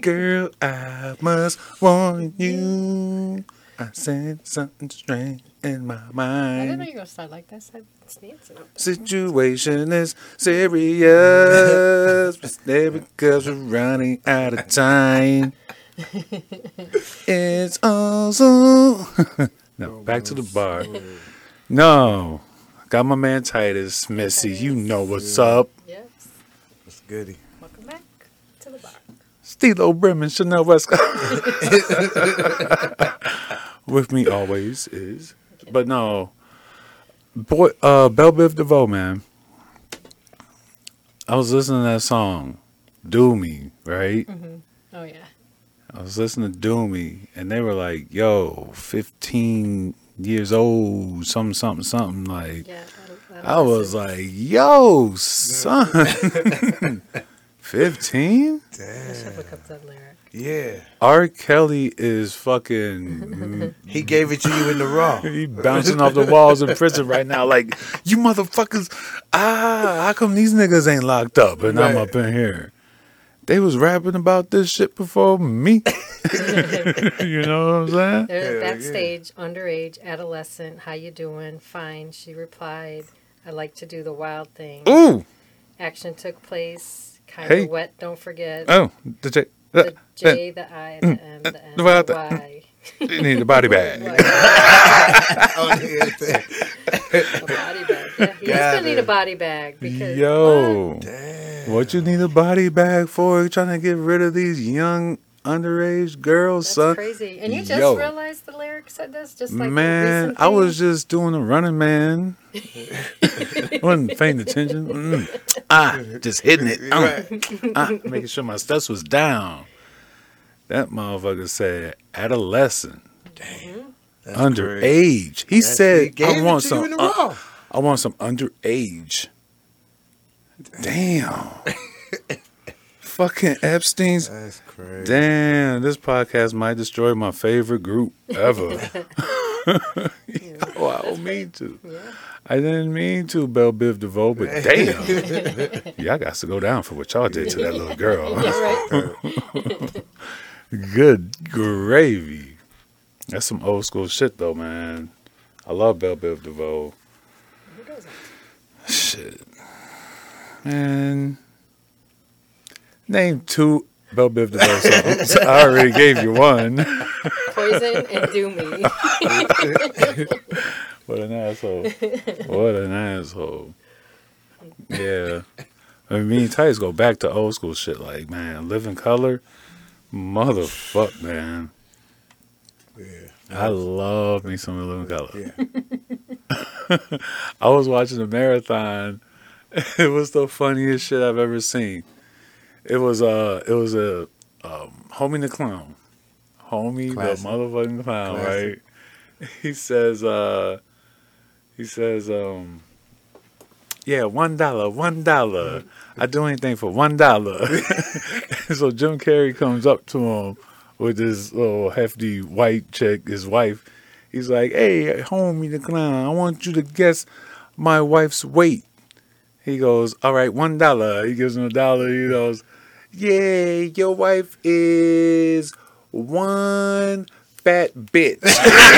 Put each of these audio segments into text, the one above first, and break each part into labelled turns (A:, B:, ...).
A: Girl, I must warn you. I sense something strange in my
B: I didn't know you
A: mind.
B: were gonna start like this. I- It's Nancy.
A: Situation is serious. It's there because we're running out of time. It's also. no, back to the bar. No. Got my man Titus, Missy. You know what's up.
B: Yes.
C: It's goody.
B: Welcome back to the bar.
A: Stilo Bremen, Chanel West. With me always is, but no, boy, uh, Belle Biv DeVoe, man. I was listening to that song, "Do Me," right?
B: Oh yeah.
A: I was listening to "Do Me," and they were like, "Yo, fifteen years old, something, something, something." Like,
B: Yeah. that-
A: I was like, "Yo, son, fifteen?
B: I
C: Damn.
B: should look up that lyric.
C: Yeah.
A: R. Kelly is fucking
C: He gave it to you in the raw.
A: He bouncing off the walls in prison right now. Like, you motherfuckers, ah, how come these niggas ain't locked up and I'm
C: Right.
A: up in here? They was rapping about this shit before me. you know what I'm saying?
B: There's
C: Yeah, yeah.
B: backstage, underage, adolescent. How you doing? Fine. She replied, "I like to do the wild thing."
A: Ooh,
B: Action took place. Kind
A: Hey.
B: of wet. Don't forget
A: oh, the J,
B: the
A: the,
B: J, the I, the M, the N, the
A: mm. Wild thing.
B: Y.
A: you need a body bag.
B: What?
C: Oh, yeah.
B: A body bag. Yeah, he's
C: Got
B: gonna need a
C: it.
B: body bag because what?
A: Yo,
C: Damn.
A: what you need a body bag for? Trying to get rid of these young underage girls,
B: That's
A: son.
B: crazy. And you just
A: Yo.
B: realized the lyric said this? Just like a
A: man,
B: recent
A: I was
B: thing?
A: just doing a running man. wasn't paying attention. Mm. Ah, just hitting it. Ah, ah, making sure my steps was down. That motherfucker said adolescent,
B: Mm-hmm.
C: That's crazy.
A: underage. He
C: That's-
A: said,
C: he gave
A: "I
C: it
A: want
C: to
A: some. Uh,
C: You in the
A: un-
C: raw.
A: I want some underage." Damn. Fucking Epstein's.
C: That's crazy.
A: Damn, this podcast might destroy my favorite group ever. oh, I don't mean to.
B: Yeah.
A: I didn't mean to, Belle Biv DeVoe, but damn. y'all got to go down for what y'all did to that little girl.
B: Yeah, right.
A: Good gravy. That's some old school shit, though, man. I love Belle Biv DeVoe.
B: Who doesn't?
A: Shit. Man. Name two Belle Biv DeVoe songs. I already gave you one.
B: Poison and do me.
A: What an asshole. what an asshole. Yeah. I mean, me and Titus go back to old school shit. Like, man, living color, motherfuck, man.
C: Yeah.
A: I love me some living color.
C: Yeah.
A: I was watching a marathon. It was the funniest shit I've ever seen. It was uh, it was a um, homie the clown, homie
C: Classic.
A: the motherfucking clown,
C: Classic.
A: right? He says uh, he says um, yeah, one dollar, one dollar. I do anything for one dollar. so Jim Carrey comes up to him with this little hefty white chick, his wife. He's like, "Hey, homie the clown, I want you to guess my wife's weight." He goes, "All right, one dollar." He gives him a dollar. He goes, "Yeah, your wife is one fat bitch."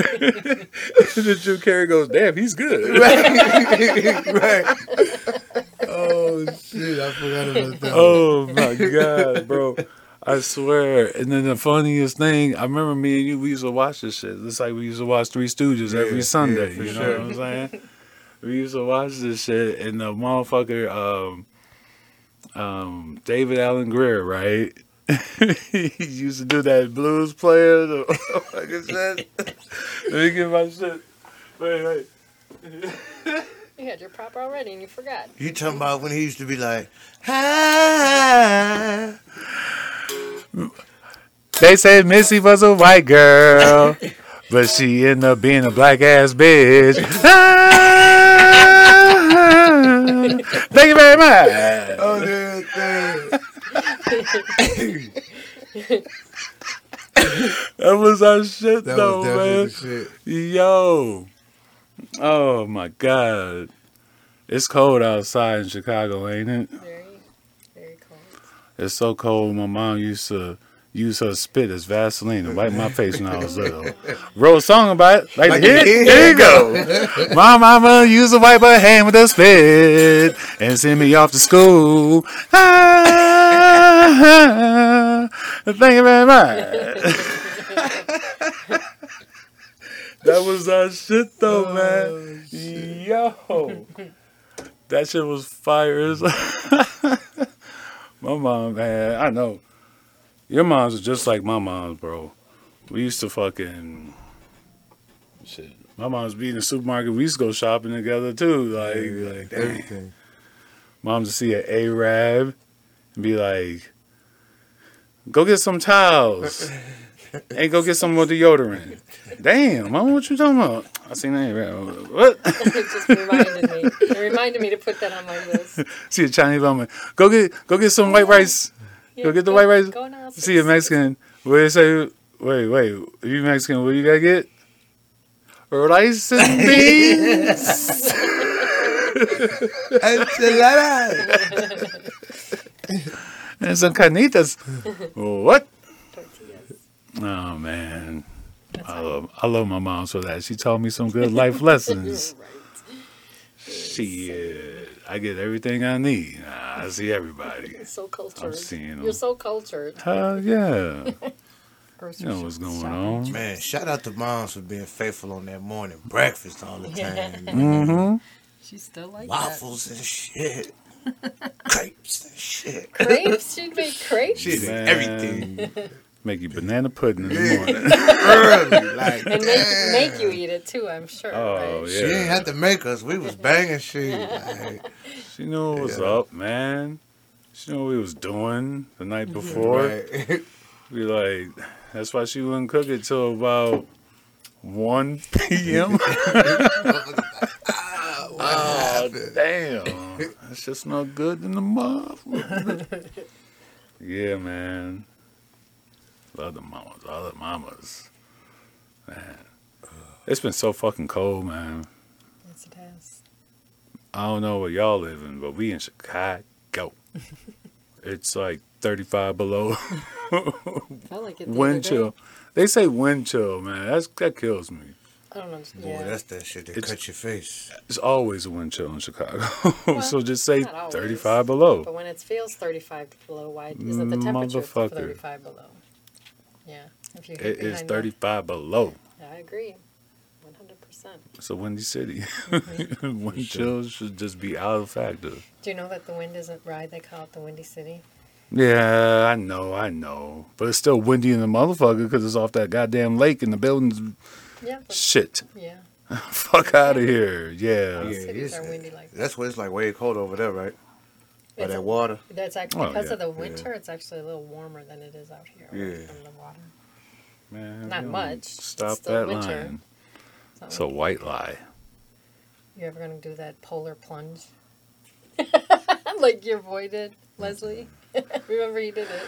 A: And then Jim Carrey goes, "Damn, he's good."
C: right. Oh shit! I forgot about that.
A: Oh
C: Oh.
A: my god, bro. I swear. And then the funniest thing, I remember me and you, we used to watch this shit. It's like we used to watch Three Stooges
C: Yeah,
A: every
C: yeah,
A: Sunday.
C: for
A: you know
C: sure.
A: what I'm saying? we used to watch this shit and the motherfucker, um, um, David Allen Greer, right? he used to do that blues player, the fucking shit. Let me get my shit. Wait, wait.
B: You had your prop already and you forgot.
C: You talking about when he used to be like, "Hi,
A: They said Missy was a white girl, but she ended up being a black ass bitch. Ah, thank you very much.
C: oh there, there."
A: That was our shit,
C: That
A: though,
C: was definitely
A: man.
C: the shit.
A: Yo. Oh my god. It's cold outside in Chicago, ain't it?
B: Very, very cold.
A: It's so cold. My mom used to use her spit as Vaseline to wipe my face when I was little. Wrote a song about it. Like, the hit. There you go. My mama used to wipe her hand with her spit and send me off to school. Ah, thank you very much. that was our shit though, man. Yo. That shit was fire. as- my mom, man, I know. Your moms are just like my moms, bro. We used to fucking shit. My mom's be in the supermarket. We used to go shopping together too. Like, like damn.
C: Everything.
A: mom's to see an Arab and be like, "Go get some towels and go get some more deodorant." Damn, mom, what you talking about? I seen an Arab. What?
B: it just reminded me. It reminded me to put that on my list.
A: see a Chinese woman. Go get go get some white rice.
B: Yeah,
A: Go get the white rice.
B: Go now.
A: See a Mexican. Wait, say, wait, wait. If you Mexican, what you gotta get? Rice and beans.
C: Enchiladas.
A: and some carnitas. What?
B: Tortillas.
A: Oh man, I love I love my mom for that. She taught me some good life lessons.
B: Right.
A: Shit, I get everything I need. I see everybody.
B: You're so cultured.
A: seeing 'em.
B: You're so cultured.
A: Hell yeah,
B: Grocery
A: you know what's going on.
C: Man, shout out to moms for being faithful on that morning breakfast all the time.
A: Mm-hmm.
B: She's still like
C: Waffles and shit. Crepes and shit.
B: that. Crepes. She'd make crepes.
C: She did everything
A: Make you banana pudding in the morning.
C: early. Like,
B: and make, make you eat it too. I'm sure.
A: Oh
B: right?
A: yeah.
C: she didn't have to make us. We was banging shit. Like,
A: She knew what was
C: Yeah.
A: up, man. She knew what we was doing the night before.
C: right.
A: We like, that's why she wouldn't cook it till about 1 p.m. oh, damn. That's just not good in the month. yeah, man. Love the mamas. All the mamas. Man. It's been so fucking cold, man.
B: Yes, it has.
A: I don't know where y'all live in, but we in Chicago. it's like 35 below
B: Felt like it. the other
A: wind
B: day.
A: chill. They say wind chill, man. That's that kills me.
B: I don't understand.
C: Boy,
B: Yeah.
C: that's that shit that
A: It's-
C: cut your face.
A: It's always a wind chill in Chicago. so just say
B: not always.
A: 35 below.
B: But when it feels 35 below, why isn't the temperature
A: Motherfucker.
B: 35 below? Yeah. If you hit
A: It is
B: behind
A: 35 below.
B: that- I agree. 100%.
A: It's a windy city.
B: Mm-hmm.
A: wind chill should just be out of factor.
B: Do you know that the wind isn't right? They call it the Windy City.
A: Yeah, I know, I know. But it's still windy in the motherfucker because it's off that goddamn lake and the buildings.
B: Yeah. But,
A: Shit.
B: yeah.
A: Fuck out of here. Yeah.
C: Yeah,
B: cities
C: it is
B: are
C: that.
B: windy like that.
C: That's what it's like way cold over there, right? By
B: It's-
C: that water.
B: That's
A: Oh,
B: actually because
A: yeah,
B: of the
C: yeah.
B: winter. It's actually a little warmer than it is out here
C: Yeah.
B: away from the water.
A: Man,
B: Not
A: you
B: much.
A: don't
B: It's
A: Stop
B: still
A: that
B: winter.
A: line.
B: So,
A: It's a white lie.
B: you ever gonna do that polar plunge? like you avoided, Leslie. Remember you did it.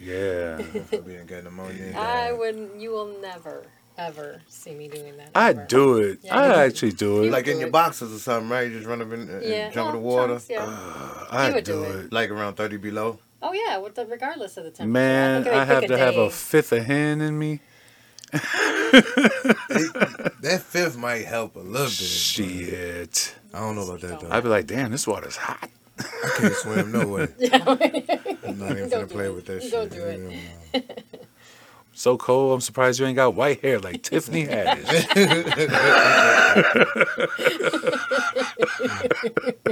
A: Yeah.
C: we ain't got pneumonia. and
B: I
C: die.
B: wouldn't. You will never, ever see me doing that.
A: I
B: ever.
A: do it.
B: Yeah, you
A: I
B: would.
A: actually do it.
C: Like in
B: do
C: your
B: it.
C: boxes or something, right? You just run up in, uh, and
B: Yeah.
C: jump in
B: oh,
C: the water.
B: chunks, yeah.
A: I
B: would
A: do
B: do
A: it.
B: it.
C: Like around 30 below.
B: Oh yeah, with the regardless of the temperature.
A: Man,
B: think they
A: I have
B: pick
A: to have
B: day.
A: a fifth of hen in me.
C: That fifth might help a little bit.
A: Shit.
C: I don't know about that, though. I
A: I'd be like, damn, this water's hot.
C: can't swim no way. I'm not even going
B: Don't do
C: to play
B: it.
C: with that shit.
B: Don't do it.
A: So cold, I'm surprised you ain't got white hair like Tiffany Haddish.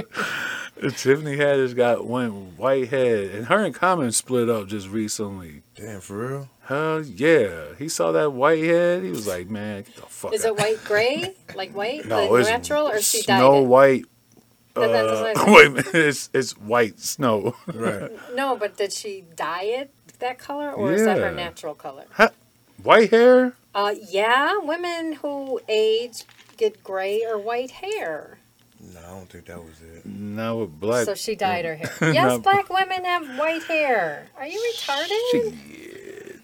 A: Tiffany Haddish got one white head, and her and Common split up just recently.
C: Damn, for real?
A: Hell yeah. He saw that white head. He was like, man, get the fuck
B: Is
A: out.
B: it white gray? Like white?
A: No,
B: like
A: it's
B: natural or she dyed
A: Snow
B: it?
A: White.
B: That- that's
A: Uh,
B: what I-
A: wait a minute, it's it's white snow.
C: Right.
B: No, but did she dye it that color or is that her
A: Yeah.
B: natural color?
A: White hair?
B: Uh, yeah, women who age get gray or white hair.
C: no, I don't think that was it.
A: No, with black.
B: so she dyed her hair. Yes,
A: No.
B: black women have white hair. Are you retarded?
A: Shit.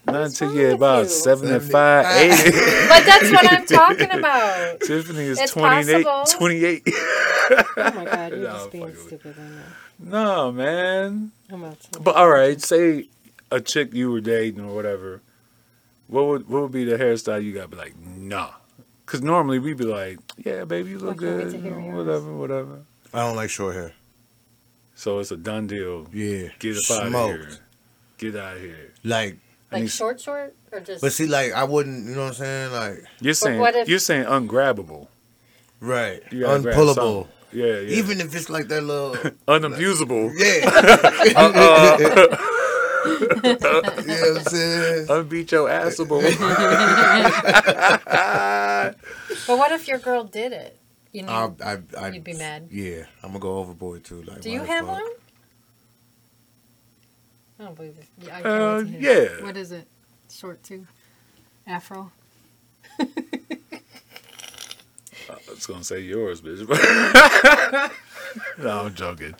A: Not
B: What's
A: until
B: wrong
A: you're
B: with
A: about
B: you?
A: 75,
C: 75.
A: 80.
B: But that's what I'm talking about.
A: Tiffany is
B: It's
A: 28.
B: possible.
A: 28.
B: Oh my god, you're
A: No, I'm
B: just being
A: fucking with
B: stupid right now.
A: No, man.
B: I'm not saying-
A: But all right, say a chick you were dating or whatever. What would what would be the hairstyle you got? Be like, nah. Cause normally we'd be like, yeah, baby, you look
B: I can't wait
A: good,
B: to
A: you
B: hear
A: know,
B: yours.
A: whatever, whatever.
C: I don't like short hair.
A: So it's a done deal.
C: Yeah.
A: Get up out of here. Get out of here.
C: Like,
A: I
B: Like
A: need-
B: short, short, or just
C: but see, like, I wouldn't, you know what I'm saying? Like,
A: You're saying
B: what if-
A: you're saying ungrabbable.
C: right.
A: You gotta grab
C: Unpullable.
A: something. Yeah, yeah.
C: Even if it's like that little.
A: unabusable.
C: Yeah.
A: Uh-uh. uh.
C: you know what I'm saying?
A: Unbeat your assable.
B: But what if your girl did it? You know,
C: I, I, I,
B: You'd be mad.
C: Yeah. I'm going to go overboard too. Like,
B: do
C: why
B: you
C: the
B: have
C: fuck?
B: one? I don't believe it. Yeah, I can't
A: Uh,
B: wait to hear it.
A: yeah.
B: What is it? Short too? Afro?
A: I was gonna say yours, bitch. no, I'm joking.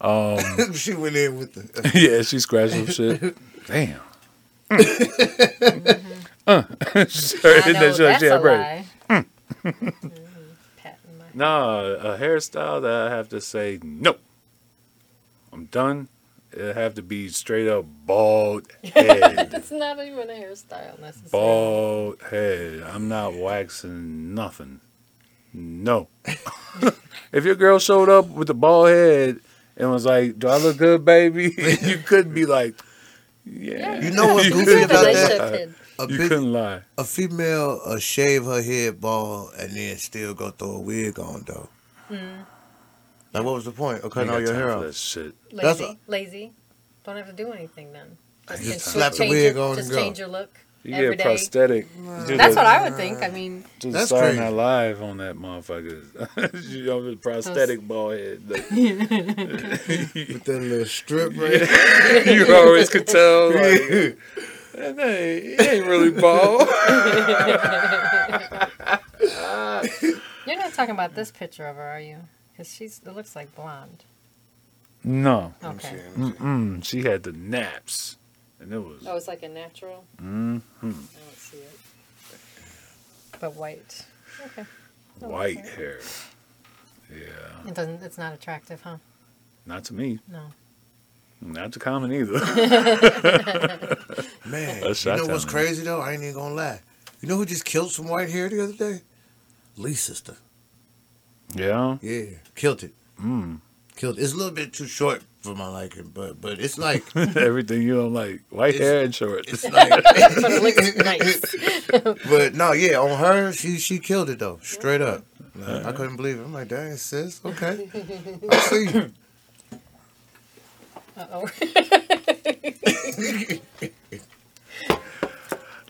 A: Um,
C: she went in with the.
A: yeah, she scratched some shit. Damn. uh, sure,
B: I
A: and then
B: know,
A: she like,
B: that's
A: yeah,
B: a
A: right. Hmm.
B: lie. Mhm. Patting my-
A: No, a hairstyle that I have to say no. I'm done. It have to be straight up bald head.
B: That's not even a hairstyle necessarily.
A: bald head. I'm not waxing nothing. No. if your girl showed up with a bald head and was like, "Do I look good, baby?" you couldn't be like, "Yeah."
C: You know what's
B: It's
C: goofy
B: not
C: about
B: that
C: that?
B: they shifted.
C: A,
A: You
C: big-
A: couldn't lie.
C: a female uh, shave her head bald and then still go throw a wig on, though.
B: Hmm.
C: Like, what was the point of cutting all
A: Ain't got
C: your hair
A: time for
C: off?
A: that shit.
C: That's
B: Lazy,
C: a-
B: lazy. Don't have to do anything then. Just,
C: Just
B: can-
C: slap the
B: change
C: wig
B: your-
C: on
B: Just
C: and go.
B: change your look.
A: You
B: every
A: get
B: day.
A: prosthetic. Do
B: That's
A: the-
B: what I would think. I mean,
A: do the
C: That's
A: Saturday
C: crazy.
A: Night Live on that motherfucker. you know, the prosthetic bald head. Like,
C: With that little strip right there.
A: you always could tell. Like, that ain't, it ain't really bald.
B: you're not talking about this picture of her, are you? Because she's it looks like blonde.
A: No,
B: Okay.
A: Mm-mm. she had the naps, and it was mm,
B: Oh, it's like a natural. Mm-hmm. I don't see it. But white. Okay.
A: white hair. Yeah,
B: It doesn't. It's not attractive, huh?
A: not to me,
B: No.
A: not to common either.
C: Man,
A: That's
C: you
A: what I
C: know
A: tell
C: what's
A: me.
C: crazy though? I ain't even gonna lie. You know who just killed some white hair the other day? Lee's sister.
A: yeah,
C: Yeah, killed it.
A: mm.
C: Killed. It's a little bit too short for my liking, but but it's like
A: everything you don't like, white
C: It's-
A: hair and shorts.
C: it's like.
B: But it looks nice.
C: but no, yeah, on her, she she killed it though, straight up. Like, I couldn't believe it. I'm like, dang, sis, okay, I see you.
B: Uh oh.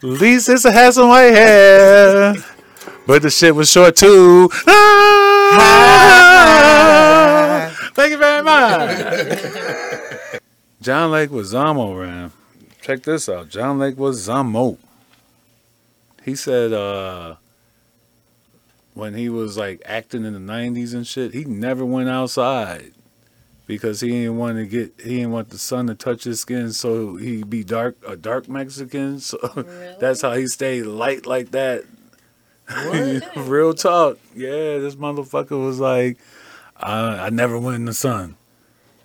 A: Lisa has some white hair, but the shit was short too. Ah! Thank you very much. John Lake Wazamo ran. Check this out. John Lake Wazamo. He said uh, when he was like acting in the '90s and shit, he never went outside because he didn't want to get he didn't want the sun to touch his skin, so he'd be dark a dark Mexican. So
B: Really?
A: that's how he stayed light like that.
C: What?
A: Real talk. Yeah, this motherfucker was like, I, I never went in the sun.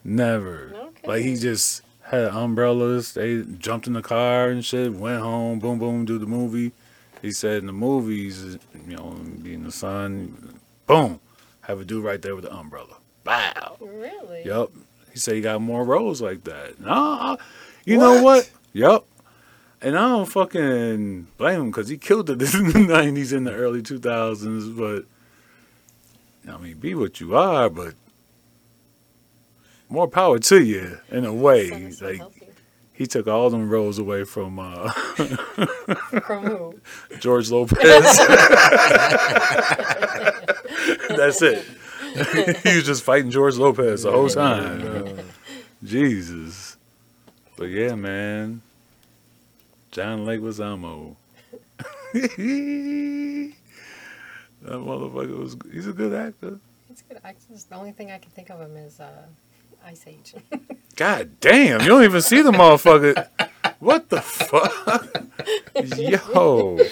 A: Never.
B: Okay.
A: Like, he just had umbrellas. They jumped in the car and shit, went home, boom, boom, do the movie. He said in the movies, you know, be in the sun, boom, have a dude right there with the umbrella. Wow.
B: really?
A: Yep. He said he got more roles like that. No, I- you know what? Yep. And I don't fucking blame him because he killed it in the nineties and the early two thousands. But I mean, be what you are, but more power to you in a way.
B: Sounds so
A: Like
B: healthy.
A: he took all them roles away from uh,
B: From who?
A: George Lopez. That's it. he was just fighting George Lopez the whole time. Jesus. But yeah, man. John Leguizamo. that motherfucker was he's a good actor.
B: It's good. I just, the only thing I can think of him is uh, Ice Age.
A: God damn, you don't even see the motherfucker. What the fuck? Yo. You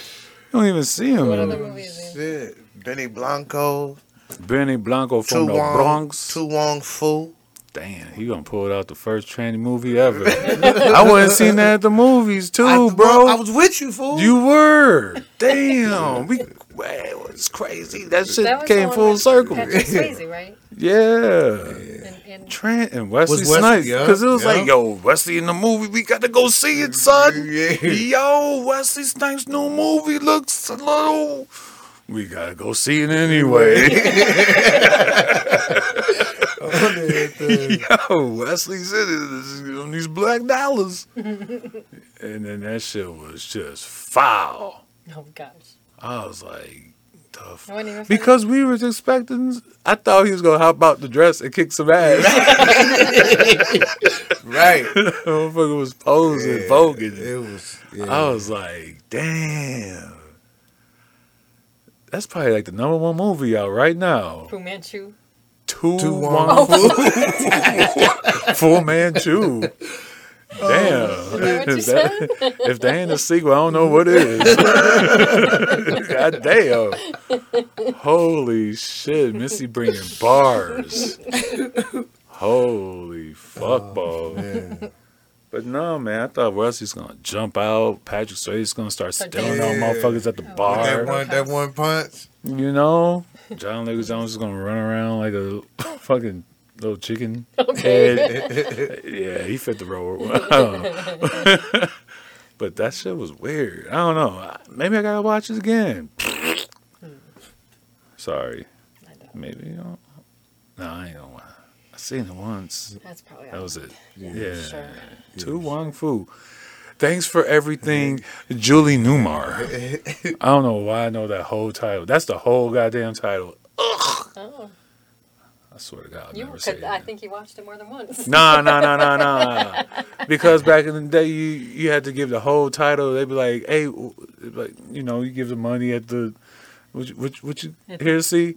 A: don't even see him.
B: What
A: in
B: other
A: it.
B: movie is he in?
C: Shit. Benny Blanco,
A: Benny Blanco
C: Tu
A: from the
C: Wong,
A: Bronx.
C: Tu Wong Fu.
A: Damn, he gonna pull out the first tranny movie ever. I wasn't seen that at the movies too,
C: I-
A: bro.
C: I was with you, fool.
A: you were. Damn, we. Wow, it's crazy. That shit
B: That was the
A: came
B: one
A: full
B: with
A: circle.
B: Patrick Swayze, right?
A: Yeah.
B: And, and
A: Trent and Wesley,
C: Was Wesley-
A: Snipes,
C: yeah,
A: because it was
C: yeah.
A: like, yo, Wesley in the movie, we gotta go see it, son.
C: Yeah.
A: Yo, Wesley Snipes' new movie looks a little. We gotta go see it anyway. yo, Wesley's in it on these black dollars, and then that shit was just foul.
B: oh gosh,
A: I was like, the
B: I wasn't even.
A: because we was expecting, I thought he was gonna hop out the dress and kick some ass.
C: right.
A: Motherfucker was posing,
C: Yeah,
A: voguing.
C: It was. Yeah.
A: I was like, damn. That's probably like the number one movie out right now.
B: Fu Manchu.
A: Two,
C: Tu Wong
A: Wong Fu. Full Manchu. Damn.
B: Oh. Is that what you
A: Is that-
B: said?
A: if they ain't a sequel, I don't know what is. God damn. Holy shit. Missy bringing bars. Holy fuckball.
C: Oh, Man.
A: But no, man, I thought Rusty's gonna jump out. Patrick Swayze's gonna start
B: Start
A: stealing
C: dancing.
A: on motherfuckers at the
C: that
A: bar.
C: one, that one punch.
A: You know, John Lewis Jones is gonna run around like a fucking little chicken head. Yeah, he fit the role. but that shit was weird. I don't know. I- Maybe I gotta watch it again. Sorry.
B: I don't.
A: Maybe. You know. No, I ain't gonna. wa- I seen it once.
B: That's probably.
A: That
B: all.
A: was it.
C: Yeah.
A: Yeah.
B: Sure.
A: To Wong Fu. Thanks for everything, Julie Newmar. I don't know why I know that whole title. That's the whole goddamn title.
B: Oh,
A: I swear to God, I'll
B: you
A: never say
B: could. I
A: it.
B: think you watched it more than once.
A: Nah, nah, nah, nah, nah. Because back in the day, you you had to give the whole title. They'd be like, "Hey, w- like you know, you give the money at the what you, what you, what you
B: At the-
A: here to see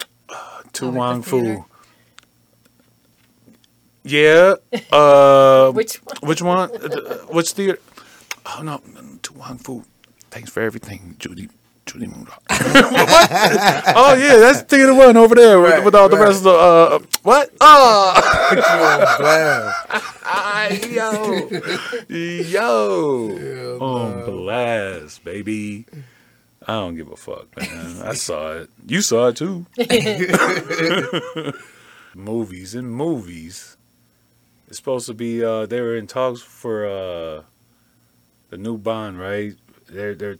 A: uh,
B: Oh,
A: to
B: at the
A: Wong
B: theater.
A: Fu." Yeah. Uh,
B: Which one?
A: Which one? Uh, Which theater? Oh no, mm, to Wong Fu. Thanks for everything, Judy. Judy Moon. oh yeah, that's theater one over there with,
C: Right,
A: with all the
C: right.
A: rest of the uh, what? Oh,
C: Put you on blast.
A: yo, yo,
C: Hell
A: on blast, Oh, baby. I don't give a fuck, man. I saw it. You saw it too. movies and movies. It's supposed to be uh they were in talks for uh the new Bond, right? They're they're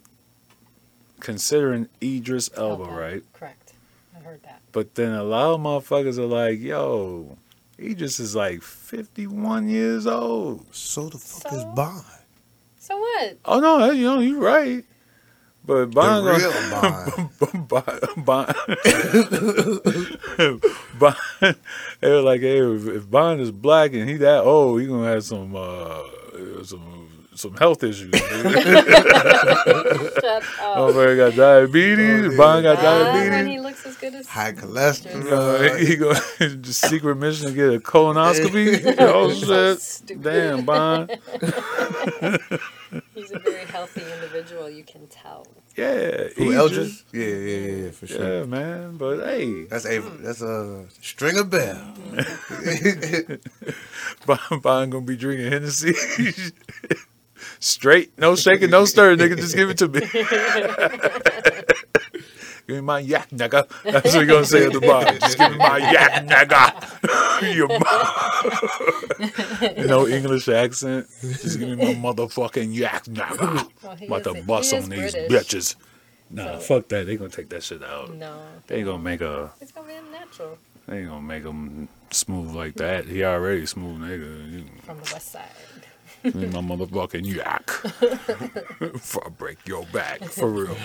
A: considering Idris Elba,
B: Okay,
A: right?
B: Correct. I heard that.
A: But then a lot of motherfuckers are like, yo, Idris is like fifty one years old.
C: So the fuck
B: So?
C: is Bond?
B: So what?
A: Oh no, you know, you're right. But Bond
C: the
A: gonna-
C: real Bond.
A: Bond, Bond, Bond. They were like, hey, if if Bond is black and he that old, he gonna have some uh, some some health issues. dude.
B: Shut
A: oh,
B: up.
A: man, he got diabetes.
C: Oh,
A: Bond got
B: Ah, when he
A: diabetes.
B: looks as good as.
C: High
A: Uh,
C: cholesterol.
A: he go just secret mission to get a colonoscopy. oh shit!
B: Stupid.
A: Damn, Bond.
B: He's a very healthy individual. You can tell.
A: Yeah,
C: Who
A: Idris.
C: Eldris? Yeah, yeah, yeah, yeah, for sure.
A: Yeah, man. But hey,
C: That's a that's a string of bell.
A: Bond, Bond gonna be drinking Hennessy. Straight, no shaking, no stir, nigga. Just give it to me. give me my yak, nigga. That's what you gonna say at the bar. Just give me my yak, nigga. Your mo- no English accent. Just give me my motherfucking yak, nigga.
B: Well, he
A: About
B: is-
A: to
B: he
A: bust
B: is
A: on these
B: British. Mm.
A: bitches. Nah, fuck that. They gonna take that shit out.
B: No,
A: They gonna make a.
B: it's gonna be natural
A: They gonna make him smooth like that. He already smooth, nigga. You-
B: from the west side.
A: Leave my motherfucking yak. Before I break your back, for real.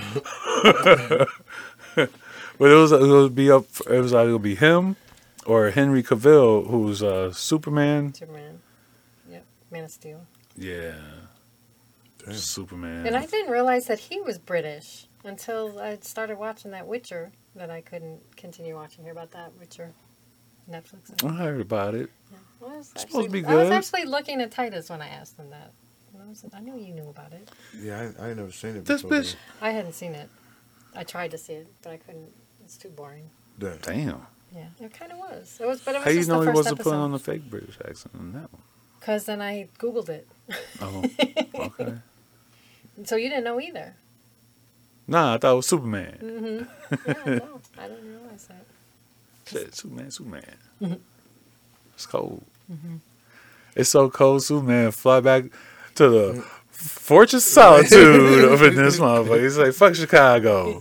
A: but it was it would be up. It was either gonna be him or Henry Cavill, who's uh, Superman.
B: Superman. Yep. Man of Steel.
A: Yeah,
C: Damn.
A: Superman.
B: And I didn't realize that he was British until I started watching that Witcher. That I couldn't continue watching. Hear about that Witcher? Netflix.
A: I heard about it.
B: I was
A: supposed to
B: actually-
A: be
B: I was
A: good.
B: actually looking at Titus when I asked him that. I, was, I knew you knew about it.
C: Yeah, I, I ain't never seen it.
A: This
C: before,
A: bitch.
B: I hadn't seen it. I tried to see it, but I couldn't. It's too boring.
C: though. Yeah.
A: Damn.
B: Yeah, it kind of was. It was, but it was
A: How you
B: just
A: know
B: the
A: he
B: first
A: wasn't
B: episode.
A: putting on a fake British accent on that one?
B: Because then I Googled it.
A: Oh, okay.
B: So you didn't know either.
A: Nah, I thought it was Superman.
B: Yeah, I know. I didn't realize that.
A: Shit, Superman, Superman. It's cold. It's so cold, Superman fly back to the Fortress Solitude up in this motherfucker. He's like, fuck Chicago.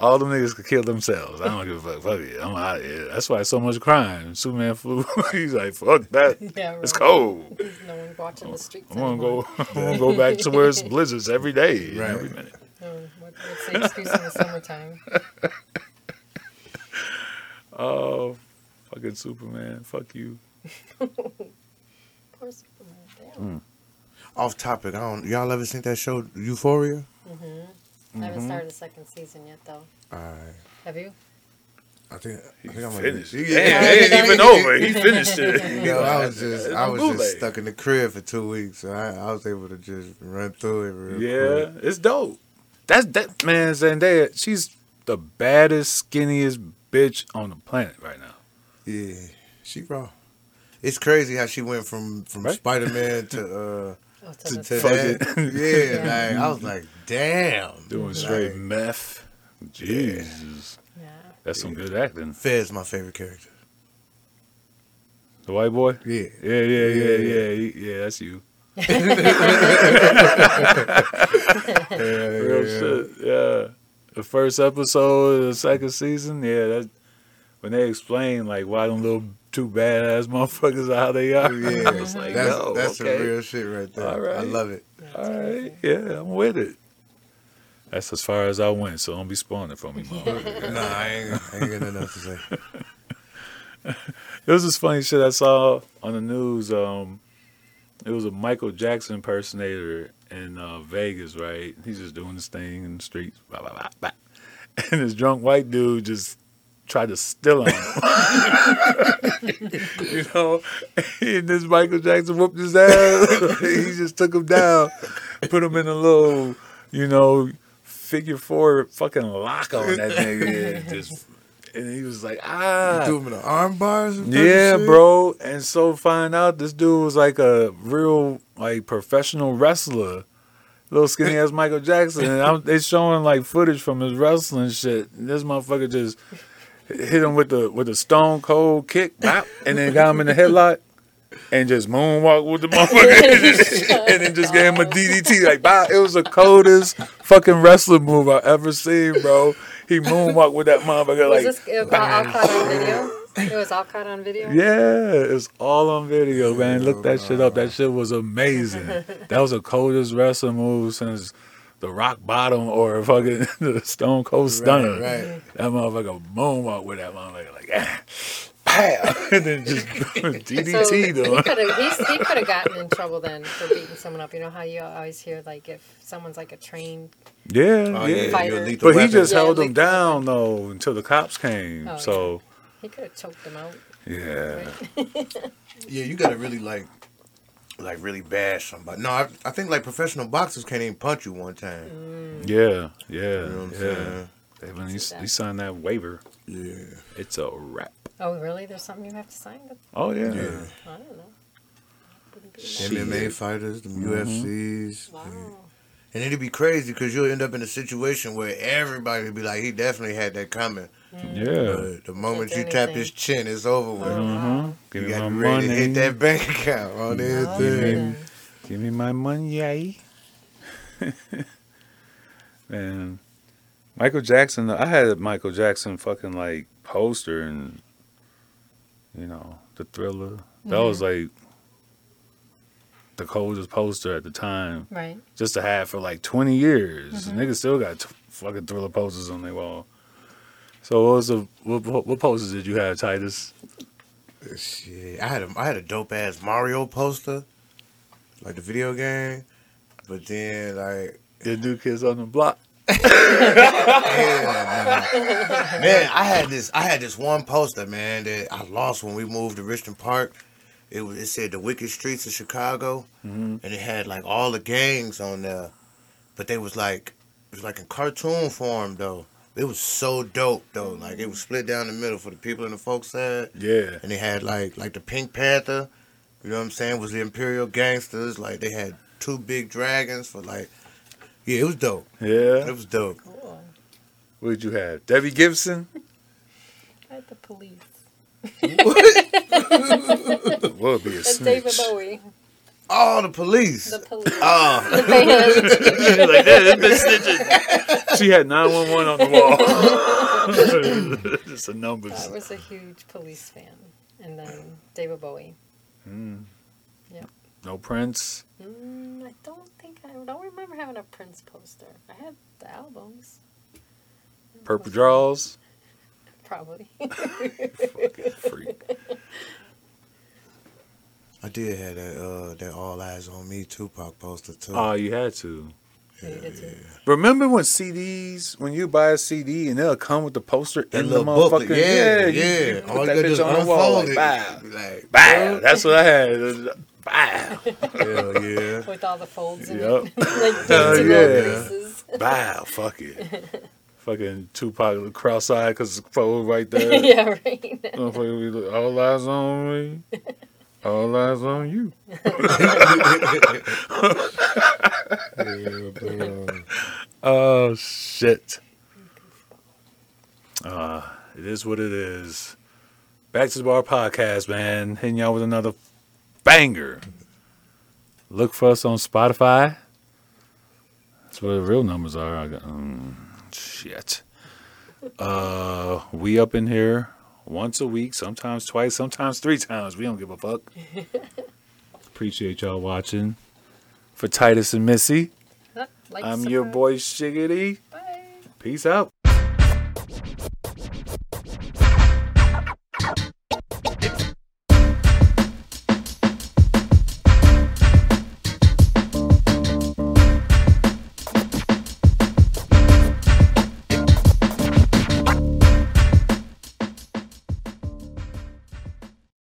A: All them niggas could kill themselves. I don't give a fuck. Fuck it. I'm out of here. That's why so much crime. Superman flew. He's like, fuck that.
B: Yeah, right.
A: It's cold.
B: No one watching the streets.
A: I'm gonna
B: anymore.
A: go. I'm gonna go back to where it's blizzards every day, and
C: Right.
A: every minute.
B: No, Oh, what, what's the excuse in the summertime?
A: Oh, fucking Superman. Fuck you.
B: Poor Superman. Damn.
C: Off topic. I don't. Y'all ever seen that show Euphoria?
A: Mm-hmm.
B: I haven't started the second season yet, though.
C: All right.
B: Have you?
C: I think I think I'm gonna-
A: Finished. it.
C: Yeah,
A: Damn, it ain't even over. He finished it.
C: No, I was just
A: It's
C: I
A: a
C: was just
A: bootleg.
C: stuck in the crib for two weeks, so I, I was able to just run through it. Real
A: Yeah, it's dope. That's that man Zendaya. She's the baddest, skinniest bitch on the planet right now.
C: quick. yeah, she raw. It's crazy how she went from from
A: Right?
C: Spider Man to
B: Oh,
C: uh
B: so
C: to,
B: that's-
C: to
A: Fuck
C: that. Yeah, like I was like, damn.
A: Doing straight meth. Jesus,
B: yeah.
A: that's some good acting.
C: Fed's my favorite character.
A: The white boy.
C: Yeah.
A: Yeah, yeah, yeah, yeah, yeah. yeah that's you. Real shit. Yeah. The first episode of the second season. Yeah, that when they explain like why them little two badass motherfuckers are how they are.
C: Yeah,
A: I was like,
C: that's
A: yo,
C: that's
A: okay.
C: the real shit right there.
A: All
C: I
A: right.
C: love it.
A: All right, yeah, I'm with it. That's as far as I went, so don't be spawning for me, motherfucker.
C: Nah, I ain't, I ain't got nothing else to say.
A: There was this funny shit I saw on the news. Um, it was a Michael Jackson impersonator in uh, Vegas, right? He's just doing his thing in the streets, blah, blah, blah, blah. and this drunk white dude just tried to steal him. you know, and this Michael Jackson whooped his ass. he just took him down, put him in a little, you know, figure four fucking lock on that nigga, and just. And he was like, ah,
C: Do him in the arm bars. and type of
A: yeah,
C: shit?
A: bro. And so find out this dude was like a real like professional wrestler. Little skinny ass Michael Jackson. And I'm, they showing like footage from his wrestling shit. And this motherfucker just hit him with the with a stone cold kick, bop, and then got him in the headlock. And just moonwalk with the motherfucker, and then just gave him a DDT. Like, bye. It was the coldest fucking wrestling move I ever seen, bro. He moonwalked with that motherfucker.
B: Was
A: Like,
B: this uh, all caught on video? It was all caught on video?
A: yeah, it's all on video, man. Look that shit up. That shit was amazing. that was the coldest wrestling move since the rock bottom or fucking the Stone Cold Stunner.
C: right.
A: That motherfucker moonwalk with that motherfucker like, ah, pow, and then just
B: So he
A: DDT
B: could
C: Oh,
A: them.
B: have he could have gotten in trouble then for beating someone up. You know how you always hear like if someone's like a trained
A: Yeah,
C: Oh,
A: yeah.
C: yeah,
B: Fighter.
C: you're a lethal
A: But he
C: weapon.
A: just
B: Yeah,
A: held
B: like-
A: him down though until the cops came.
B: Oh, okay.
A: so
B: he could have choked them out.
A: yeah,
C: Yeah, you gotta really like, like really bash somebody. No, I, I think like professional boxers can't even punch you one time.
A: yeah, yeah,
C: You know what I'm
A: yeah.
C: saying?
A: They- When he,
B: See that.
A: he signed that waiver,
C: Yeah.
A: it's a wrap.
B: Oh really? There's something you have to sign? That,
A: Oh yeah.
C: Yeah.
B: I don't know. Wouldn't be
A: Shit.
C: MMA fighters, the UFCs,
B: that- Wow.
C: Mm-hmm. and it'd be crazy because you'll end up in a situation where everybody would be like, "He definitely had that coming."
A: Yeah.
C: But the moment
B: If
C: you tap his
B: anything.
C: chin, it's over with.
B: Oh, wow.
A: Mm-hmm. Give
C: You
A: me my
C: got ready to
A: money.
C: hit that bank account on
B: Oh,
C: everything.
B: then.
A: Give me my money. yay. Man, Michael Jackson. I had a Michael Jackson fucking like poster and you know the Thriller. That was like the coldest poster at the time.
B: Right.
A: Just to have for like twenty years. Niggas still got t- fucking Thriller posters on their wall. So what was the what, what, what posters did you have, Titus?
C: Shit, I had a I had a dope ass Mario poster, like the video game, but then like
A: The new kids on the block.
C: man, I had this I had this one poster, man, that I lost when we moved to Richmond Park. It was it said the wicked streets of Chicago,
A: Mm-hmm.
C: and it had like all the gangs on there, but they was like it was like in cartoon form though. It was so dope though. Like it was split down the middle for the people in the folk side,
A: Yeah.
C: and they had like like the Pink Panther. You know what I'm saying? Was the Imperial gangsters like they had two big dragons for like. Yeah, it was dope. It
A: Yeah.
C: was dope.
B: Cool.
A: What'd you have? Debbie Gibson?
B: At the police.
A: Would be a
B: And David
A: snitch.
B: Bowie.
C: Oh, the police.
B: The police.
C: oh,
B: the band.
A: like that, this bitch snitching. She had 911 on the wall. Just a numbers.
B: I was a huge police fan. And then David Bowie.
A: Mm.
B: Yep.
A: No Prince.
B: Mm, I don't think I don't remember having a Prince poster. I had the albums,
A: Purple Draws.
B: probably.
A: Fucking freak.
C: I did have that uh that All Eyes on Me Tupac poster too.
A: Oh, you had to.
B: Needed to.
A: Remember when CDs, when you buy a CD and they'll come with the poster
C: that
A: in the
C: little booklet.
A: motherfucker?
C: Yeah, yeah.
A: you- you
C: All
A: Put
C: you gotta
A: that
C: do is
A: bitch on the wall.
C: unfold
A: Like,
C: it.
A: bow.
C: Like,
A: Bow. That's what I had. Bow.
C: Hell yeah.
B: With all the folds in
A: Yup.
B: it. like
A: Hell
B: dancing
A: yeah.
B: creases.
A: Bow. Fuck it. Fucking Tupac cross-eyed because it's fold right there.
B: yeah, right.
A: Motherfucker be like, all eyes on me. All eyes on you.
C: Yeah, bro.
A: Oh shit. Uh, it is what it is. Back to the bar podcast, man. Hitting y'all with another banger. Look for us on Spotify. That's where the real numbers are. I got, um, shit. Uh, we up in here once a week, sometimes twice, sometimes three times. We don't give a fuck. Appreciate y'all watching. For Titus and Missy,
B: Like
A: I'm your
B: surprise.
A: boy Shiggity.
B: Bye.
A: Peace out.